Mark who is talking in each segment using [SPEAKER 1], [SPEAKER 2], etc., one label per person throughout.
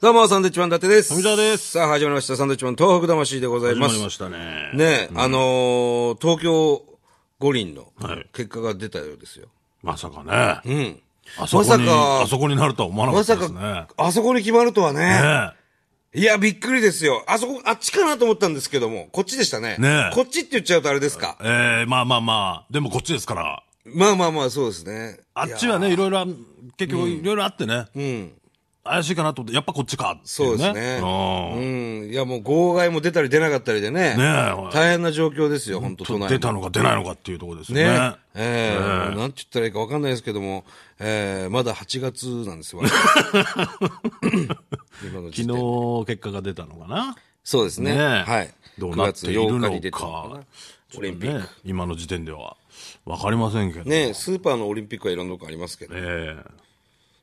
[SPEAKER 1] どうも、サンドイッチマン伊達です。
[SPEAKER 2] 富澤です
[SPEAKER 1] さあ、始まりました。サンドイッチマン東北魂でござい
[SPEAKER 2] 始ま
[SPEAKER 1] ます。
[SPEAKER 2] りましたね。
[SPEAKER 1] ねえ、あのー東京五輪の
[SPEAKER 2] はい
[SPEAKER 1] 結果が出たようですよ。
[SPEAKER 2] まさか
[SPEAKER 1] う
[SPEAKER 2] ね。
[SPEAKER 1] ん。
[SPEAKER 2] あそこに、
[SPEAKER 1] まさか
[SPEAKER 2] あそこになるとは思わなか
[SPEAKER 1] ま
[SPEAKER 2] った
[SPEAKER 1] さ
[SPEAKER 2] で
[SPEAKER 1] か、
[SPEAKER 2] すね。ね
[SPEAKER 1] あそこに決まるとはね。
[SPEAKER 2] え
[SPEAKER 1] いや、びっくりですよ。あそこ、あっちかなと思ったんですけども、こっちでしたね。
[SPEAKER 2] ねえ
[SPEAKER 1] こっちって言っちゃうとあれですか。
[SPEAKER 2] ええまあまあまあ、でもこっちですから。
[SPEAKER 1] まあまあまあ、そうですね。
[SPEAKER 2] あっちはね、いろいろあ、結局いろいろあってね。怪しいかなと思って、やっぱこっちかってい
[SPEAKER 1] そううです
[SPEAKER 2] ね。
[SPEAKER 1] ね。
[SPEAKER 2] うん
[SPEAKER 1] うん。いや、もう号外も出たり出なかったりでね。
[SPEAKER 2] ねえ
[SPEAKER 1] 大変な状況ですよ、本当都内も
[SPEAKER 2] 出たのか出ないのかっていうところですよ
[SPEAKER 1] ね
[SPEAKER 2] ね。
[SPEAKER 1] ええ
[SPEAKER 2] え
[SPEAKER 1] なんて言ったらいいかわかんないですけども、ええまだ8月なんです よ、今の時点
[SPEAKER 2] 昨日結果が出たのかな。
[SPEAKER 1] そうですね。
[SPEAKER 2] ねえ
[SPEAKER 1] はい。
[SPEAKER 2] どうなっている
[SPEAKER 1] 9月8日
[SPEAKER 2] の
[SPEAKER 1] に出てるの
[SPEAKER 2] か
[SPEAKER 1] な。オリンピック。
[SPEAKER 2] ね今の時点では。わかりませんけど。
[SPEAKER 1] ねえスーパーのオリンピックはいろんなとこありますけど、
[SPEAKER 2] え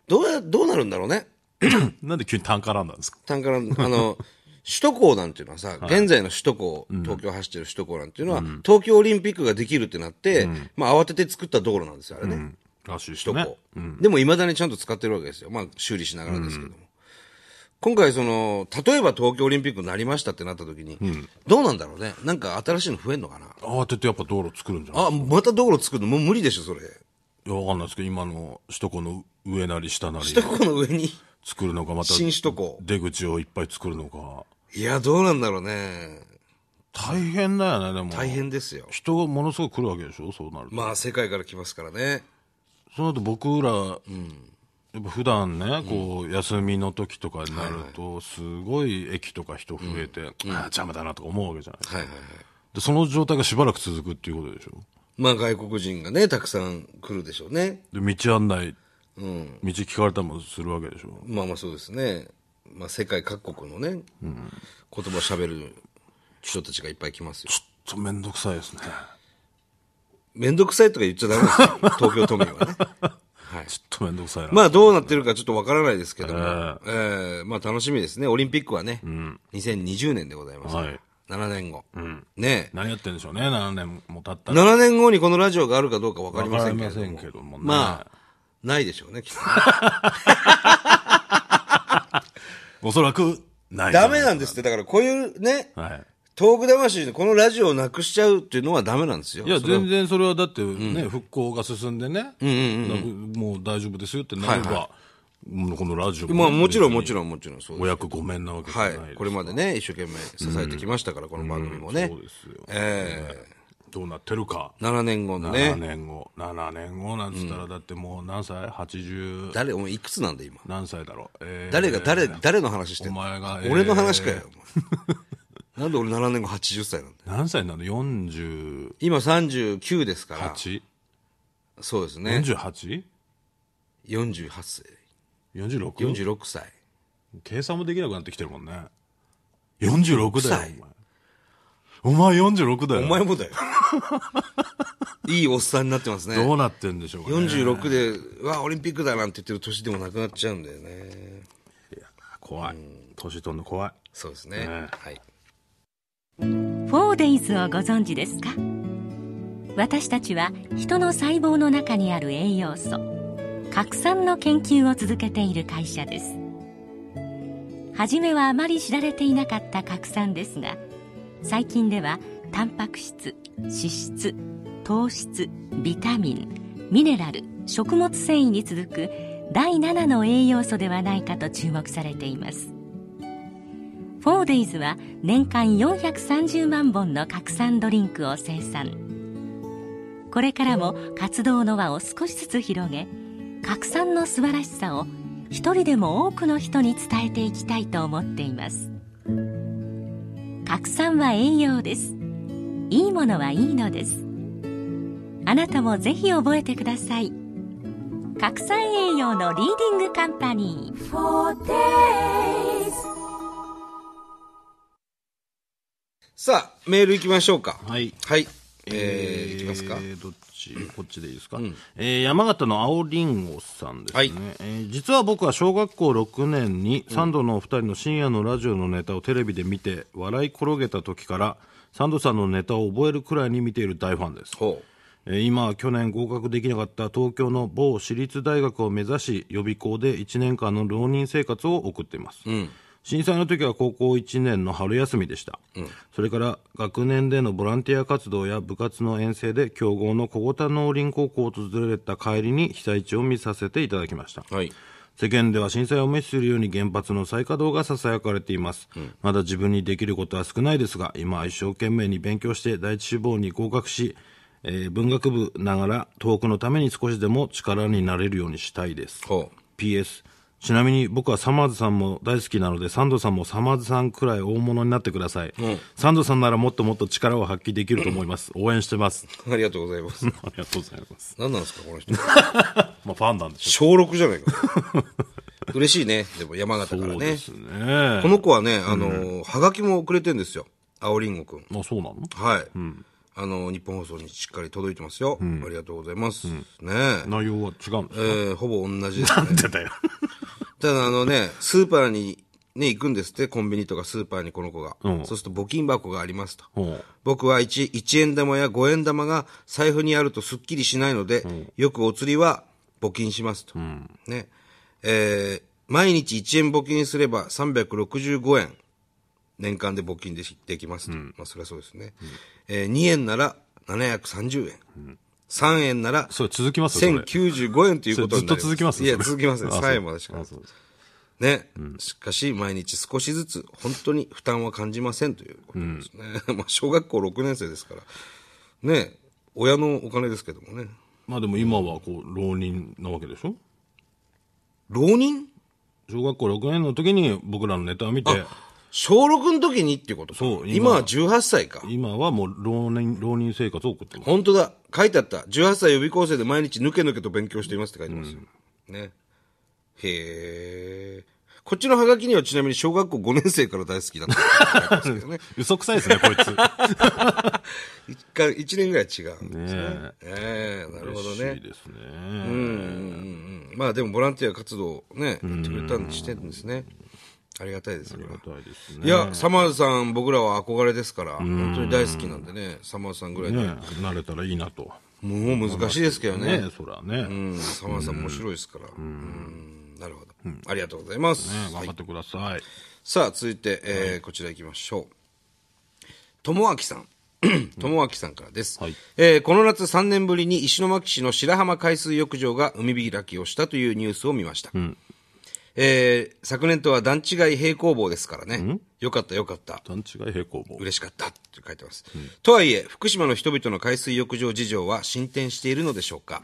[SPEAKER 1] どうや、どうなるんだろうね。
[SPEAKER 2] え なんで急に単価なんだんですか
[SPEAKER 1] 単価 の、あの、首都高なんていうのはさ、現在の首都高、東京走ってる首都高なんていうのは、東京オリンピックができるってなって、まあ慌てて作った道路なんですよ、あれね。
[SPEAKER 2] らしいです
[SPEAKER 1] と
[SPEAKER 2] ね。
[SPEAKER 1] こ、でも未だにちゃんと使ってるわけですよ。まあ修理しながらですけども。今回その、例えば東京オリンピックになりましたってなった時に、どうなんだろうね。なんか新しいの増えんのかな。
[SPEAKER 2] 慌ててやっぱ道路作るんじゃない
[SPEAKER 1] あ、また道路作るのもう無理でしょ、それ。
[SPEAKER 2] いや、わかんないですけど、今の首都高の上なり下なり
[SPEAKER 1] 首都高の上に、
[SPEAKER 2] 作るのか、また
[SPEAKER 1] 新首都高。
[SPEAKER 2] 出口をいっぱい作るのか。
[SPEAKER 1] いや、どうなんだろうね。
[SPEAKER 2] 大変だよね、でも。
[SPEAKER 1] 大。変ですよ。
[SPEAKER 2] 人がものすごい来るわけでしょ、そうなると。
[SPEAKER 1] まあ世界から来ますからね。
[SPEAKER 2] その後僕ら、やっぱ普段ね、こう、休みの時とかになると、すごい駅とか人増えて、ああ邪魔だなとか思うわけじゃないですか。
[SPEAKER 1] はいはいはい。
[SPEAKER 2] で、その状態がしばらく続くっていうことでしょ。
[SPEAKER 1] まあ外国人がね、たくさん来るでしょうね。
[SPEAKER 2] で、道案内、
[SPEAKER 1] うん。
[SPEAKER 2] 道聞かれたりもするわけでしょ。
[SPEAKER 1] まあまあそうですね。まあ世界各国のね、言葉喋る人たちがいっぱい来ますよ。
[SPEAKER 2] ちょっとめんどくさいですね。
[SPEAKER 1] めんどくさいとか言っちゃダメ ですよ。東京都民はね。はい。
[SPEAKER 2] ちょっとめんどくさいな。
[SPEAKER 1] まあどうなってるかちょっとわからないですけども、え
[SPEAKER 2] ー
[SPEAKER 1] ーまあ楽しみですね。オリンピックはね、2020年でございますから、
[SPEAKER 2] はい
[SPEAKER 1] 7年後。ねえ
[SPEAKER 2] 何やってんでしょうね、7年も経ったら。
[SPEAKER 1] 7年後にこのラジオがあるかどうかわかりま
[SPEAKER 2] わか
[SPEAKER 1] せん
[SPEAKER 2] り
[SPEAKER 1] けれ
[SPEAKER 2] ま
[SPEAKER 1] ども。
[SPEAKER 2] せんけどもね。
[SPEAKER 1] まあ、ないでしょうね、きっと。
[SPEAKER 2] おそらく、ない。
[SPEAKER 1] ダメなんですって。だからこういうね、
[SPEAKER 2] はい。
[SPEAKER 1] 東北魂でこのラジオをなくしちゃうっていうのはダメなんですよ。
[SPEAKER 2] いや、
[SPEAKER 1] それは
[SPEAKER 2] 全然それはだってね、復興が進んでね、なもう大丈夫ですよってなれば、もうこのラジオ
[SPEAKER 1] まあもちろん
[SPEAKER 2] 別
[SPEAKER 1] も
[SPEAKER 2] に
[SPEAKER 1] ちろんもちろんそう
[SPEAKER 2] お
[SPEAKER 1] です。
[SPEAKER 2] 役ごめんなわけじゃ
[SPEAKER 1] は
[SPEAKER 2] ないです。
[SPEAKER 1] い。これまでね、一生懸命支えてきましたから、この番組もね
[SPEAKER 2] そう。ですよ。
[SPEAKER 1] え
[SPEAKER 2] どうなってるか。
[SPEAKER 1] え、7年後の
[SPEAKER 2] 7
[SPEAKER 1] ね。
[SPEAKER 2] 年後。7年後なんつったら、だってもう何歳 ?80
[SPEAKER 1] 誰、お前いくつなんだ今。
[SPEAKER 2] 何歳だろう。えー
[SPEAKER 1] 誰が、誰、誰の話してんの
[SPEAKER 2] お前が
[SPEAKER 1] 俺の話かよ、 お前なんで俺7年後80歳なんだよ
[SPEAKER 2] 何歳なの ?48?48?
[SPEAKER 1] 今39ですから。そうですね。48歳。
[SPEAKER 2] 46?
[SPEAKER 1] 46歳。
[SPEAKER 2] 計算もできなくなってきてるもんね。46だよ
[SPEAKER 1] 歳、
[SPEAKER 2] お前。お前46だよ。
[SPEAKER 1] お前も だよ。いいおっさんになってますね。
[SPEAKER 2] どうなってんでしょうかね。
[SPEAKER 1] 46で、うわ、オリンピックだなんて言ってる年でもなくなっちゃうんだよね。
[SPEAKER 2] 怖い。年取るの怖い。
[SPEAKER 1] そうですね。
[SPEAKER 2] ね
[SPEAKER 1] はい。
[SPEAKER 3] フォーデイズをご存知ですか私たちは人の細胞の中にある栄養素核酸の研究を続けている会社です初めはあまり知られていなかった核酸ですが最近ではタンパク質脂質糖質ビタミンミネラル食物繊維に続く第7の栄養素ではないかと注目されていますフォーデイズは年間430万本の拡散ドリンクを生産これからも活動の輪を少しずつ広げ拡散の素晴らしさを一人でも多くの人に伝えていきたいと思っています拡散は栄養ですいいものはいいのですあなたもぜひ覚えてください拡散栄養のリーディングカンパニー
[SPEAKER 1] さあ、メール行きましょうか。
[SPEAKER 2] はい。
[SPEAKER 1] はい。えー、いきますか。
[SPEAKER 2] えーどっちこっちでいいですか、えー山形の青りんごさんですね、
[SPEAKER 1] はい
[SPEAKER 2] えー実は僕は小学校6年にサンドのお二人の深夜のラジオのネタをテレビで見て笑い転げた時からサンドさんのネタを覚えるくらいに見ている大ファンです
[SPEAKER 1] ほう。
[SPEAKER 2] えー今去年合格できなかった東京の某私立大学を目指し予備校で1年間の浪人生活を送っています、震災の時は高校1年の春休みでした、それから学年でのボランティア活動や部活の遠征で強豪の小五田農林高校を訪れた帰りに被災地を見させていただきました、
[SPEAKER 1] はい。
[SPEAKER 2] 世間では震災を無視するように原発の再稼働が囁かれています、まだ自分にできることは少ないですが今は一生懸命に勉強して第一志望に合格し、えー文学部ながら東北のために少しでも力になれるようにしたいです
[SPEAKER 1] ほ
[SPEAKER 2] PS ちなみに僕はサマーズさんも大好きなのでサンドさんもサマーズさんくらい大物になってください、サンドさんならもっともっと力を発揮できると思い ます応援してます
[SPEAKER 1] う。ありがとうございます。
[SPEAKER 2] ありがとうございます、
[SPEAKER 1] 何なんですか、この人。
[SPEAKER 2] まあ、ファンなんでし ょ
[SPEAKER 1] 小6じゃないか。嬉しいね。でも山形から
[SPEAKER 2] う
[SPEAKER 1] ね
[SPEAKER 2] で。すね
[SPEAKER 1] この子はね、あの、はがきもくれてんですよ。青りんごくん。
[SPEAKER 2] あそうなの
[SPEAKER 1] はい。あの、日本放送にしっかり届いてますよ。ありがとうございます。ねえ。
[SPEAKER 2] 内容は違うんです
[SPEAKER 1] えーほぼ同じですね。
[SPEAKER 2] 出たよ。
[SPEAKER 1] ただあのね、スーパーにね、行くんですって、コンビニとかスーパーにこの子が。
[SPEAKER 2] うん
[SPEAKER 1] そうすると募金箱がありますと。
[SPEAKER 2] うん
[SPEAKER 1] 僕は 1, 1円玉や5円玉が財布にあるとすっきりしないので、よくお釣りは募金しますと。ね。えー毎日1円募金すれば365円年間で募金できできますと。まあそれはそうですね。えー2円なら730円。3円なら
[SPEAKER 2] それ続きますよ、それ。
[SPEAKER 1] 1095円ということになります。
[SPEAKER 2] それずっと続きます
[SPEAKER 1] いや、
[SPEAKER 2] それ
[SPEAKER 1] 続きますね。
[SPEAKER 2] あそう
[SPEAKER 1] 最後までしか
[SPEAKER 2] あ。そう
[SPEAKER 1] ね。しかし、毎日少しずつ、本当に負担は感じませんということですね。 まあ、小学校6年生ですから。ね。親のお金ですけどもね。
[SPEAKER 2] まあでも今はこう、浪人なわけでしょ
[SPEAKER 1] 浪人
[SPEAKER 2] 小学校6年の時に僕らのネタを見て、
[SPEAKER 1] 小6の時にっていうことか
[SPEAKER 2] そう
[SPEAKER 1] 今
[SPEAKER 2] 今
[SPEAKER 1] は18歳か。
[SPEAKER 2] 今はもう浪人、浪人生活を送ってます。
[SPEAKER 1] 本当だ。書いてあった。18歳予備校生で毎日ぬけぬけと勉強していますって書いてますよ。ね。へえ。こっちのハガキにはちなみに小学校5年生から大好きだったって書いてますけ どね。
[SPEAKER 2] 嘘くさいですね、 こいつ。
[SPEAKER 1] 一回、一年ぐらい違うんですね。
[SPEAKER 2] ね
[SPEAKER 1] ええなるほど
[SPEAKER 2] 嬉し
[SPEAKER 1] ね
[SPEAKER 2] い。ですね。
[SPEAKER 1] うんまあでもボランティア活動をね、やってくれたんしてるんですね。ありがたいですよ、
[SPEAKER 2] ありがたいですね。
[SPEAKER 1] いや、サマーズさん、僕らは憧れですから、本当に大好きなんでね、サマーズさんぐらいで。
[SPEAKER 2] ね慣れたらいいなと。
[SPEAKER 1] もう難しいですけどね。
[SPEAKER 2] ねそらね、
[SPEAKER 1] う
[SPEAKER 2] ね
[SPEAKER 1] ん、サマーズさん面白いですから。うんなるほど。ありがとうございます。
[SPEAKER 2] 頑張ってください。
[SPEAKER 1] さあ、続いて、えーこちら行きましょう。ともあきさん。ともあきさんからです、
[SPEAKER 2] はい
[SPEAKER 1] えーこの夏3年ぶりに石巻市の白浜海水浴場が海開きをしたというニュースを見ました。えー昨年とは段違い平行棒ですからね。よかったよかった。
[SPEAKER 2] 段違い平行棒。
[SPEAKER 1] 嬉しかったって書いてます。とはいえ、福島の人々の海水浴場事情は進展しているのでしょうか、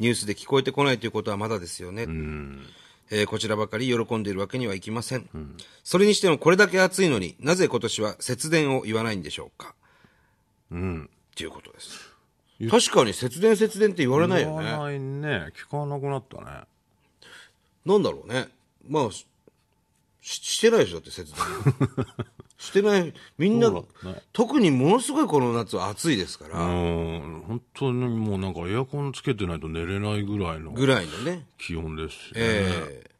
[SPEAKER 1] ニュースで聞こえてこないということはまだですよね。えーこちらばかり喜んでいるわけにはいきません。それにしてもこれだけ暑いのになぜ今年は節電を言わないんでしょうかということです。確かに節電節電って言われないよ
[SPEAKER 2] 言
[SPEAKER 1] ね。
[SPEAKER 2] わないね。聞かなくなったね。
[SPEAKER 1] なんだろうね。まあ、しししてないでしょ、だって節電。 してない。みんな、
[SPEAKER 2] そうだね
[SPEAKER 1] 特にものすごいこの夏は暑いですから。
[SPEAKER 2] うん、本当にもうなんかエアコンつけてないと寝れないぐらいの
[SPEAKER 1] ぐらいのね。
[SPEAKER 2] 気温ですしね。
[SPEAKER 1] ええ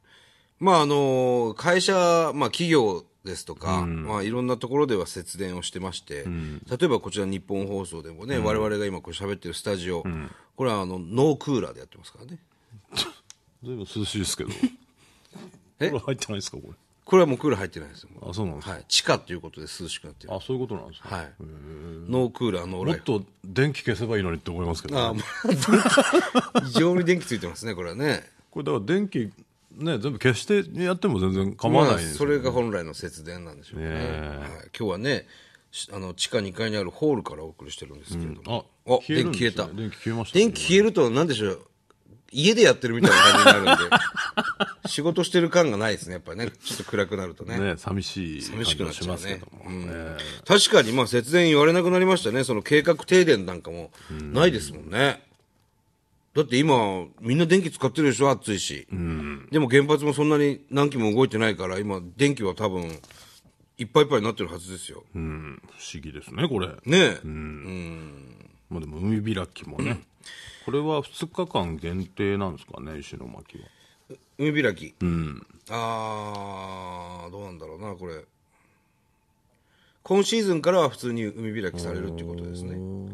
[SPEAKER 1] まあ、あの、会社、まあ、企業ですとか、まあ、いろんなところでは節電をしてまして、例えばこちら日本放送でもね、我々が今こう喋ってるスタジオ、これはあの、ノークーラーでやってますからね。
[SPEAKER 2] ずいぶん涼しいですけど。
[SPEAKER 1] え
[SPEAKER 2] これ入ってないですかこれ。
[SPEAKER 1] これはもうクーラー入ってないですよ。
[SPEAKER 2] あ、そうなんですか。
[SPEAKER 1] はい。地下ということで涼しくなってる。
[SPEAKER 2] あ、そういうことなんですか。
[SPEAKER 1] はい。ノークーラー、ノー
[SPEAKER 2] も
[SPEAKER 1] ラ
[SPEAKER 2] っ
[SPEAKER 1] イフ。
[SPEAKER 2] と電気消せばいいのにって思いますけど、
[SPEAKER 1] あ
[SPEAKER 2] ね。
[SPEAKER 1] まあ異常に電気ついてますね、これはね。
[SPEAKER 2] これだから電気、ね、全部消してやっても全然構わないです
[SPEAKER 1] そ
[SPEAKER 2] よ
[SPEAKER 1] れが本来の節電なんでしょうね。
[SPEAKER 2] ねえ
[SPEAKER 1] はい、今日はね、しあの地下2階にあるホールからお送りしてるんですけれども、
[SPEAKER 2] うんあ消える
[SPEAKER 1] 電
[SPEAKER 2] ん
[SPEAKER 1] 気
[SPEAKER 2] です
[SPEAKER 1] 消え
[SPEAKER 2] ね
[SPEAKER 1] た。
[SPEAKER 2] 電気消えましたね
[SPEAKER 1] 電気消えると、なんでしょう、家でやってるみたいな感じになるんで、仕事してる感がないですね、やっぱりね、ちょっと暗くなるとね。
[SPEAKER 2] ね、寂しい感
[SPEAKER 1] 寂し
[SPEAKER 2] じ
[SPEAKER 1] くな
[SPEAKER 2] が
[SPEAKER 1] っ
[SPEAKER 2] し
[SPEAKER 1] ちゃ
[SPEAKER 2] ま
[SPEAKER 1] う
[SPEAKER 2] すけ
[SPEAKER 1] ね
[SPEAKER 2] ども。。
[SPEAKER 1] うん確かに、まあ、節電言われなくなりましたね。その計画停電なんかもないですもんね。だって今、みんな電気使ってるでしょ暑いし。でも原発もそんなに何機も動いてないから、今、電気は多分、いっぱいいっぱいになってるはずですよ。
[SPEAKER 2] うん、不思議ですね、これ。
[SPEAKER 1] ねえ。
[SPEAKER 2] まあでも海開きもね。これは2日間限定なんですかね、石巻は。
[SPEAKER 1] 海開き。あー、どうなんだろうな、これ。今シーズンからは普通に海開きされるっていうことですね。うん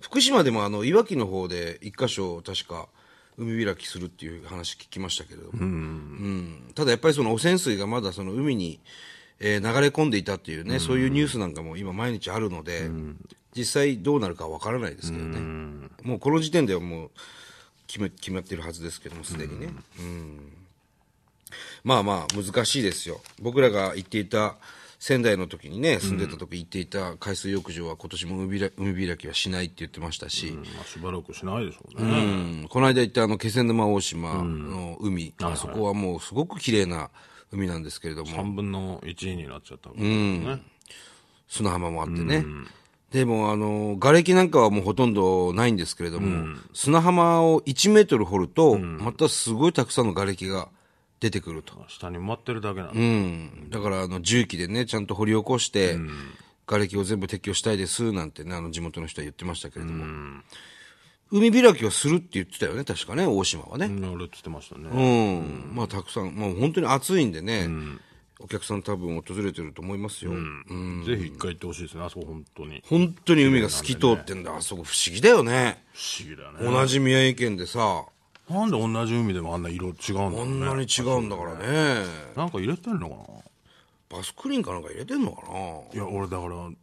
[SPEAKER 1] 福島でもあの、いわきの方で一箇所確か海開きするっていう話聞きましたけれども。うんただやっぱりその汚染水がまだその海に、えー流れ込んでいたっていうね、そういうニュースなんかも今毎日あるので、実際どうなるかわからないですけどね。もうこの時点ではもう決め、決まってるはずですけども、すでにね。まあまあ難しいですよ。僕らが行っていた仙台の時にね、住んでた時行っていた海水浴場は今年も海開海開きはしないって言ってましたし、
[SPEAKER 2] まあ、しばらくしないでしょう
[SPEAKER 1] う
[SPEAKER 2] ね。
[SPEAKER 1] んこの間行ったあの気仙沼大島の海、あそこはもうすごく綺麗な海なんですけれども、
[SPEAKER 2] 3分の1になっちゃったわけですね。
[SPEAKER 1] 砂浜もあってね。でも、あの、瓦礫なんかはもうほとんどないんですけれども、砂浜を1メートル掘ると、またすごいたくさんの瓦礫が出てくると。
[SPEAKER 2] 下に埋まってるだけなん
[SPEAKER 1] う
[SPEAKER 2] で、
[SPEAKER 1] ん。だから、あの、重機でね、ちゃんと掘り起こして、瓦礫を全部撤去したいです、なんてね、あの、地元の人は言ってましたけれども。海開きをするって言ってたよね、確かね、大島はね。
[SPEAKER 2] うん、俺って言ってましたね。
[SPEAKER 1] うん。まあ、たくさん、もう本当に暑いんでね、お客さん多分訪れてると思いますよ。
[SPEAKER 2] ぜひ一回行ってほしいですね、あそこ本当に。
[SPEAKER 1] 本当に海が透き通ってんだ。あそこ不思議だよね。
[SPEAKER 2] 不思議だよね。
[SPEAKER 1] 同じ宮城県でさ、
[SPEAKER 2] なんで同じ海でもあんな色違うんだろ
[SPEAKER 1] こ
[SPEAKER 2] うんね。
[SPEAKER 1] なに違うんだからね。
[SPEAKER 2] なんか入れてんのかな
[SPEAKER 1] バスクリーンかなんか入れてんのかない
[SPEAKER 2] や、俺だから、うん、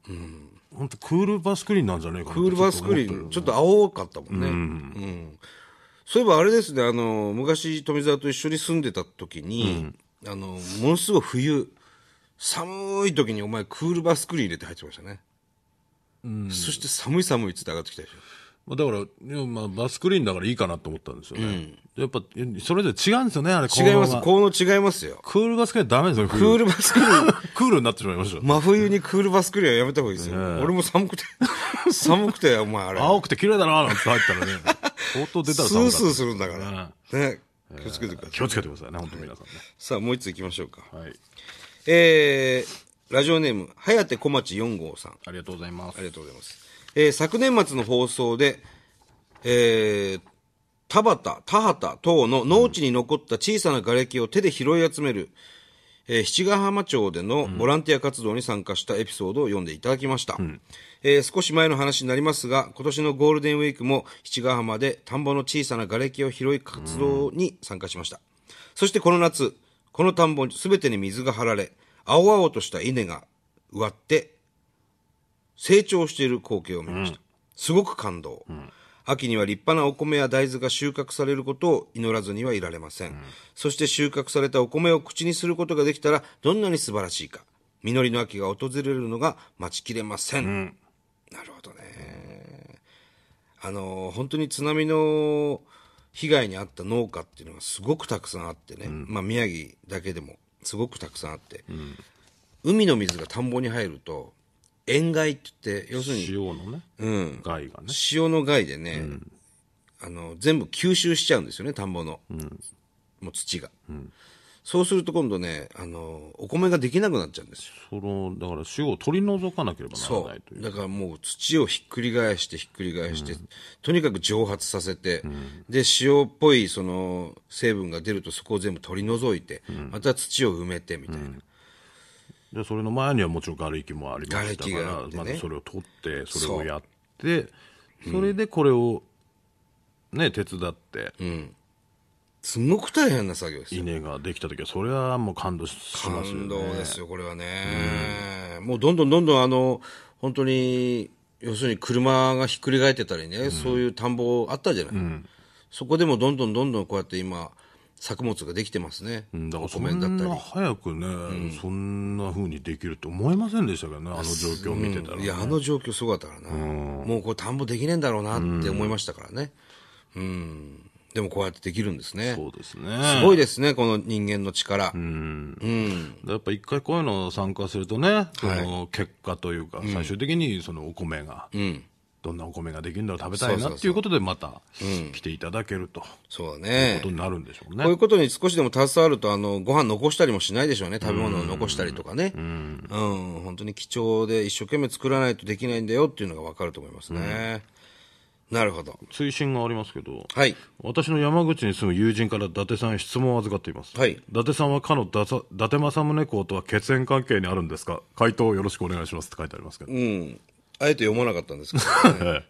[SPEAKER 2] 本当クールバスクリーンなんじゃねえかな
[SPEAKER 1] クールバスクリ
[SPEAKER 2] ン。
[SPEAKER 1] ーン、ちょっと青かったもんね。うんそういえばあれですね、あの、昔富澤と一緒に住んでた時に、あの、ものすごい冬、寒い時にお前クールバスクリーン入れて入ってましたね。そして寒い寒いっつって上がってきたでしょ。
[SPEAKER 2] まあだから、いやまあ、バスクリーンだからいいかなと思ったんですよね。やっぱ、えそれぞれ違うんですよね、あれ。
[SPEAKER 1] 違います。
[SPEAKER 2] このまま
[SPEAKER 1] この違いますよ。
[SPEAKER 2] クールバスクリーンダメですよ、ク
[SPEAKER 1] クールバスクリーン
[SPEAKER 2] クールになってしまいましたよ。
[SPEAKER 1] 真冬にクールバスクリーンはやめた方がいいですよ。俺も寒くて、寒くて、お前あれ。
[SPEAKER 2] 青くて綺麗だなーなんて入った らね、相当出たら
[SPEAKER 1] スー
[SPEAKER 2] 寒かった
[SPEAKER 1] スーするんだから。ね。気をつけてくだ
[SPEAKER 2] 気
[SPEAKER 1] さい。
[SPEAKER 2] をつけてくださいね、本当皆さんね。
[SPEAKER 1] さあ、もう一つ行きましょうか。
[SPEAKER 2] はい。
[SPEAKER 1] えー、ラジオネーム、早手小町4号さん。
[SPEAKER 2] ありがとうございます
[SPEAKER 1] あ。りがとうございます。えー昨年末の放送で、えー田畑、田畑等の農地に残った小さな瓦礫を手で拾い集める、えー七ヶ浜町でのボランティア活動に参加したエピソードを読んでいただきました。えー少し前の話になりますが、今年のゴールデンウィークも七ヶ浜で田んぼの小さな瓦礫を拾い活動に参加しました。そしてこの夏、この田んぼすべてに水が張られ、青々とした稲が植わって成長している光景を見ました。すごく感動。秋には立派なお米や大豆が収穫されることを祈らずにはいられません。そして収穫されたお米を口にすることができたらどんなに素晴らしいか。実りの秋が訪れるのが待ちきれません。なるほどね。あの、本当に津波の被害に遭った農家っていうのがすごくたくさんあってね。まあ宮城だけでもすごくたくさんあって。海の水が田んぼに入ると、塩害って言って、要するに、
[SPEAKER 2] 塩のね、
[SPEAKER 1] うん、
[SPEAKER 2] 害がね。
[SPEAKER 1] 塩の害でね、あの、全部吸収しちゃうんですよね、田んぼの。もう土が。そうすると今度ね、あの、お米ができなくなっちゃうんですよ。
[SPEAKER 2] その、だから塩を取り除かなければなら
[SPEAKER 1] そ。
[SPEAKER 2] ないというう。
[SPEAKER 1] だからもう土をひっくり返してひっくり返して、とにかく蒸発させて、で、塩っぽいその成分が出るとそこを全部取り除いて、また土を埋めてみたいな。
[SPEAKER 2] で、それの前にはもちろん瓦礫もありましたか
[SPEAKER 1] 瓦礫があ
[SPEAKER 2] ら
[SPEAKER 1] っ、てね
[SPEAKER 2] まずそれを取って、それをやって、それでこれを、ね、手伝って、
[SPEAKER 1] すんごく大変な作業ですよ。
[SPEAKER 2] 稲ができた時は、それはもう感動しますよ
[SPEAKER 1] 感
[SPEAKER 2] ね。
[SPEAKER 1] 動ですよ、これはね。もうどんどんどんどんあの、本当に、要するに車がひっくり返ってたりね、そういう田んぼあったじゃない、そこでもどんどんどんどんこうやって今、作物ができてますね。
[SPEAKER 2] うんだから
[SPEAKER 1] お
[SPEAKER 2] そ
[SPEAKER 1] 米だっ
[SPEAKER 2] ん
[SPEAKER 1] た
[SPEAKER 2] な
[SPEAKER 1] り。
[SPEAKER 2] 早くね、そんな風にできるって思いませんでしたけどね、あの状況を見てたら、
[SPEAKER 1] いや、あの状況すごかったからな。もうこれ田んぼできねえんだろうなって思いましたからね。うん。でもこうやってできるんですね。
[SPEAKER 2] そうですね。
[SPEAKER 1] すごいですね、この人間の力。
[SPEAKER 2] やっぱ一回こういうの参加するとね、その結果というか、最終的にそのお米が、どんなお米ができるんだろう食べたい
[SPEAKER 1] そうそう
[SPEAKER 2] な
[SPEAKER 1] そう
[SPEAKER 2] っていうことでまた来ていただけると、
[SPEAKER 1] そうだ
[SPEAKER 2] いう
[SPEAKER 1] ね
[SPEAKER 2] こと。になるんでしょうね。
[SPEAKER 1] こういうことに少しでも携わると、あの、ご飯残したりもしないでしょうね。食べ物を残したりとかね。うん。本当に貴重で一生懸命作らないとできないんだよっていうのがわかると思いますね。なるほど。
[SPEAKER 2] 推進がありますけど、
[SPEAKER 1] はい。
[SPEAKER 2] 私の山口に住む友人から伊達さんへ質問を預かっています。
[SPEAKER 1] はい
[SPEAKER 2] 伊達さんはかのださ伊達政宗公とは血縁関係にあるんですか回答をよろしくお願いしますって書いてありますけど。
[SPEAKER 1] うん。あえて読まなかったんですけど、ね。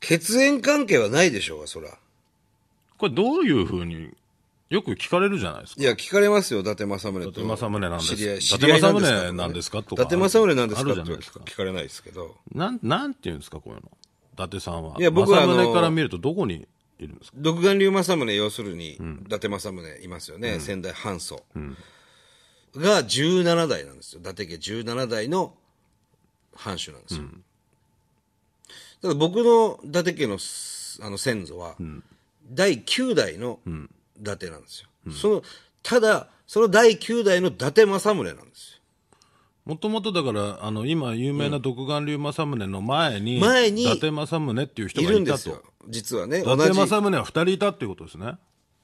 [SPEAKER 1] 血縁関係はないでしょうが、そら。
[SPEAKER 2] これどういうふうに、よく聞かれるじゃないですか。
[SPEAKER 1] いや、聞かれますよ、伊達政宗と。
[SPEAKER 2] 伊達政宗なんです
[SPEAKER 1] 知り合い、
[SPEAKER 2] 伊達
[SPEAKER 1] 知り合いなんですか
[SPEAKER 2] 政宗なんですかと
[SPEAKER 1] 伊
[SPEAKER 2] か
[SPEAKER 1] 達政宗なんです
[SPEAKER 2] あ
[SPEAKER 1] か
[SPEAKER 2] る
[SPEAKER 1] とか
[SPEAKER 2] じゃないですか
[SPEAKER 1] 聞かれないですけど。
[SPEAKER 2] なん、なんていうんですか、こういうの。伊達さんは。
[SPEAKER 1] いや僕はあの
[SPEAKER 2] 政宗から見るとどこにいるんですか
[SPEAKER 1] 独眼竜政宗、要するに、伊達政宗いますよね、仙台半祖、が17代なんですよ。伊達家17代の藩主なんですよ。ただ僕の伊達家のすあの先祖は、第9代の伊達なんですよ。その、ただ、その第9代の伊達政宗なんですよ。
[SPEAKER 2] もともとだから、あの、今有名な独眼竜政宗の前に、
[SPEAKER 1] 前に
[SPEAKER 2] 伊達政宗っていう人
[SPEAKER 1] い
[SPEAKER 2] が
[SPEAKER 1] るん
[SPEAKER 2] い
[SPEAKER 1] で
[SPEAKER 2] た
[SPEAKER 1] す
[SPEAKER 2] と。
[SPEAKER 1] よ。実はね、
[SPEAKER 2] 伊
[SPEAKER 1] 同
[SPEAKER 2] 達
[SPEAKER 1] じ。
[SPEAKER 2] 政宗は二人いたっていうことですね。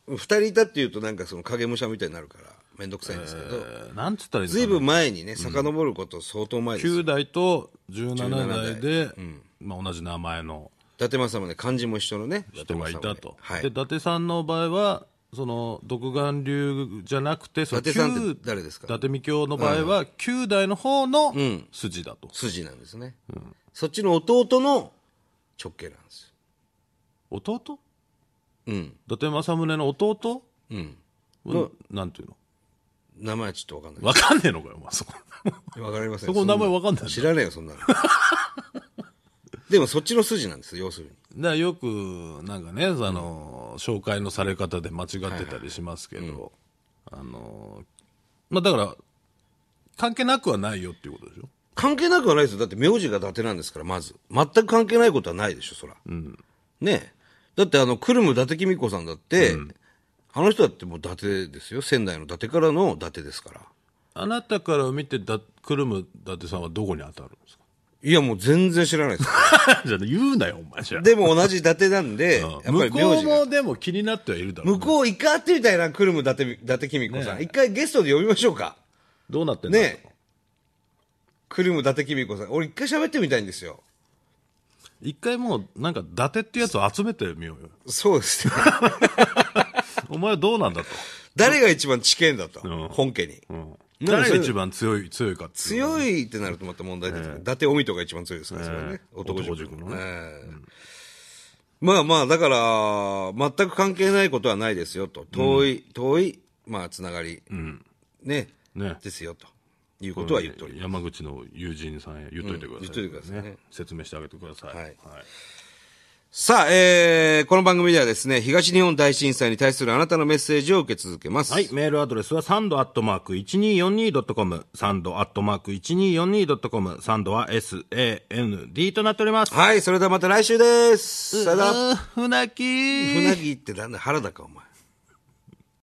[SPEAKER 1] 二人いたっていうとなんかその影武者みたいになるから、めんどくさいんですけど、
[SPEAKER 2] えーなんつったらいいん
[SPEAKER 1] ず
[SPEAKER 2] です
[SPEAKER 1] い
[SPEAKER 2] かね
[SPEAKER 1] ぶん前にね、遡ること相当前ですよ。
[SPEAKER 2] 9代と17代で、まあ、同じ名前の
[SPEAKER 1] 伊達政宗、漢字も一緒のね。
[SPEAKER 2] 人がいたと、
[SPEAKER 1] はい。
[SPEAKER 2] で
[SPEAKER 1] 伊
[SPEAKER 2] 伊達さんの場合はその独眼流じゃなくてその
[SPEAKER 1] 伊達さんって
[SPEAKER 2] 旧
[SPEAKER 1] 誰ですか
[SPEAKER 2] 伊達未京の場合は9代の方の
[SPEAKER 1] ん
[SPEAKER 2] 筋だと、
[SPEAKER 1] 筋なんですね、そっちの弟の直系なんです
[SPEAKER 2] 弟
[SPEAKER 1] よ。うん。
[SPEAKER 2] 伊達政宗の弟、
[SPEAKER 1] うん。
[SPEAKER 2] うん、なんていうの
[SPEAKER 1] 名前はちょっとわかんない
[SPEAKER 2] わかんねえのかよお前そこ
[SPEAKER 1] けど。わかりません。
[SPEAKER 2] そこ名前
[SPEAKER 1] ん
[SPEAKER 2] わかんない
[SPEAKER 1] 知らねえよ、そん なの。でもそっちの筋なんですよ、要するに。
[SPEAKER 2] だからよくなんかねあの、紹介のされ方で間違ってたりしますけど、あのまあだから関係なくはないよっていうことでしょ
[SPEAKER 1] 関係なくはないですよ。だって名字が伊達なんですから、まず。全く関係ないことはないでしょ、そら。ねえ。だってあの、くるむ伊達公子さんだって、あの人だってもう伊達ですよ。仙台の伊達からの伊達ですから。
[SPEAKER 2] あなたから見てだ、くるむ伊達さんはどこに当たるんです
[SPEAKER 1] いや、もう全然知らないです。
[SPEAKER 2] かじゃあ言うなよ、お前じゃあ
[SPEAKER 1] でも同じ伊達なんで、や
[SPEAKER 2] う
[SPEAKER 1] っ
[SPEAKER 2] ん
[SPEAKER 1] ぱ
[SPEAKER 2] 向
[SPEAKER 1] り名
[SPEAKER 2] こう
[SPEAKER 1] 字が。
[SPEAKER 2] もでも気になってはいるだろう
[SPEAKER 1] 向
[SPEAKER 2] ね。
[SPEAKER 1] こう行かってみたいな、くるむ伊達、伊達公子さん。一回ゲストで呼びましょうか。
[SPEAKER 2] どうなってんだろう
[SPEAKER 1] ねえ。くるむ伊達公子さん。俺一回喋ってみたいんですよ。
[SPEAKER 2] 一回もう、なんか、伊達っていうやつを集めてみよ うよ。
[SPEAKER 1] そうですね。
[SPEAKER 2] お前はどうなんだと。
[SPEAKER 1] 誰が一番知見だと
[SPEAKER 2] うん。
[SPEAKER 1] 本家に。
[SPEAKER 2] うん、
[SPEAKER 1] なんか
[SPEAKER 2] 誰が一番強い、強いかってい
[SPEAKER 1] 強
[SPEAKER 2] う。
[SPEAKER 1] いってなるとまた問題ですね。伊達臣人が一番強いですから、それはね。
[SPEAKER 2] ええ
[SPEAKER 1] 男塾
[SPEAKER 2] 男塾のね
[SPEAKER 1] ええまあまあ、だから、全く関係ないことはないですよと。遠い、遠い、まあ、つながり。ね。
[SPEAKER 2] ね
[SPEAKER 1] ですよ、ということは言っております。
[SPEAKER 2] 山口の友人さんへ言っといてください、
[SPEAKER 1] 言っといてくださいね
[SPEAKER 2] 説明してあげてください。
[SPEAKER 1] はいさあ、えー、この番組ではですね、東日本大震災に対するあなたのメッセージを受け続けます。
[SPEAKER 2] はい、メールアドレスはサンドアットマーク 1242.com、サンドアットマーク 1242.com、サンドは SAND となっております。
[SPEAKER 1] はい、それではまた来週です。さよなら。
[SPEAKER 2] うー、船木
[SPEAKER 1] 船木ってなんだ、原田か、お前。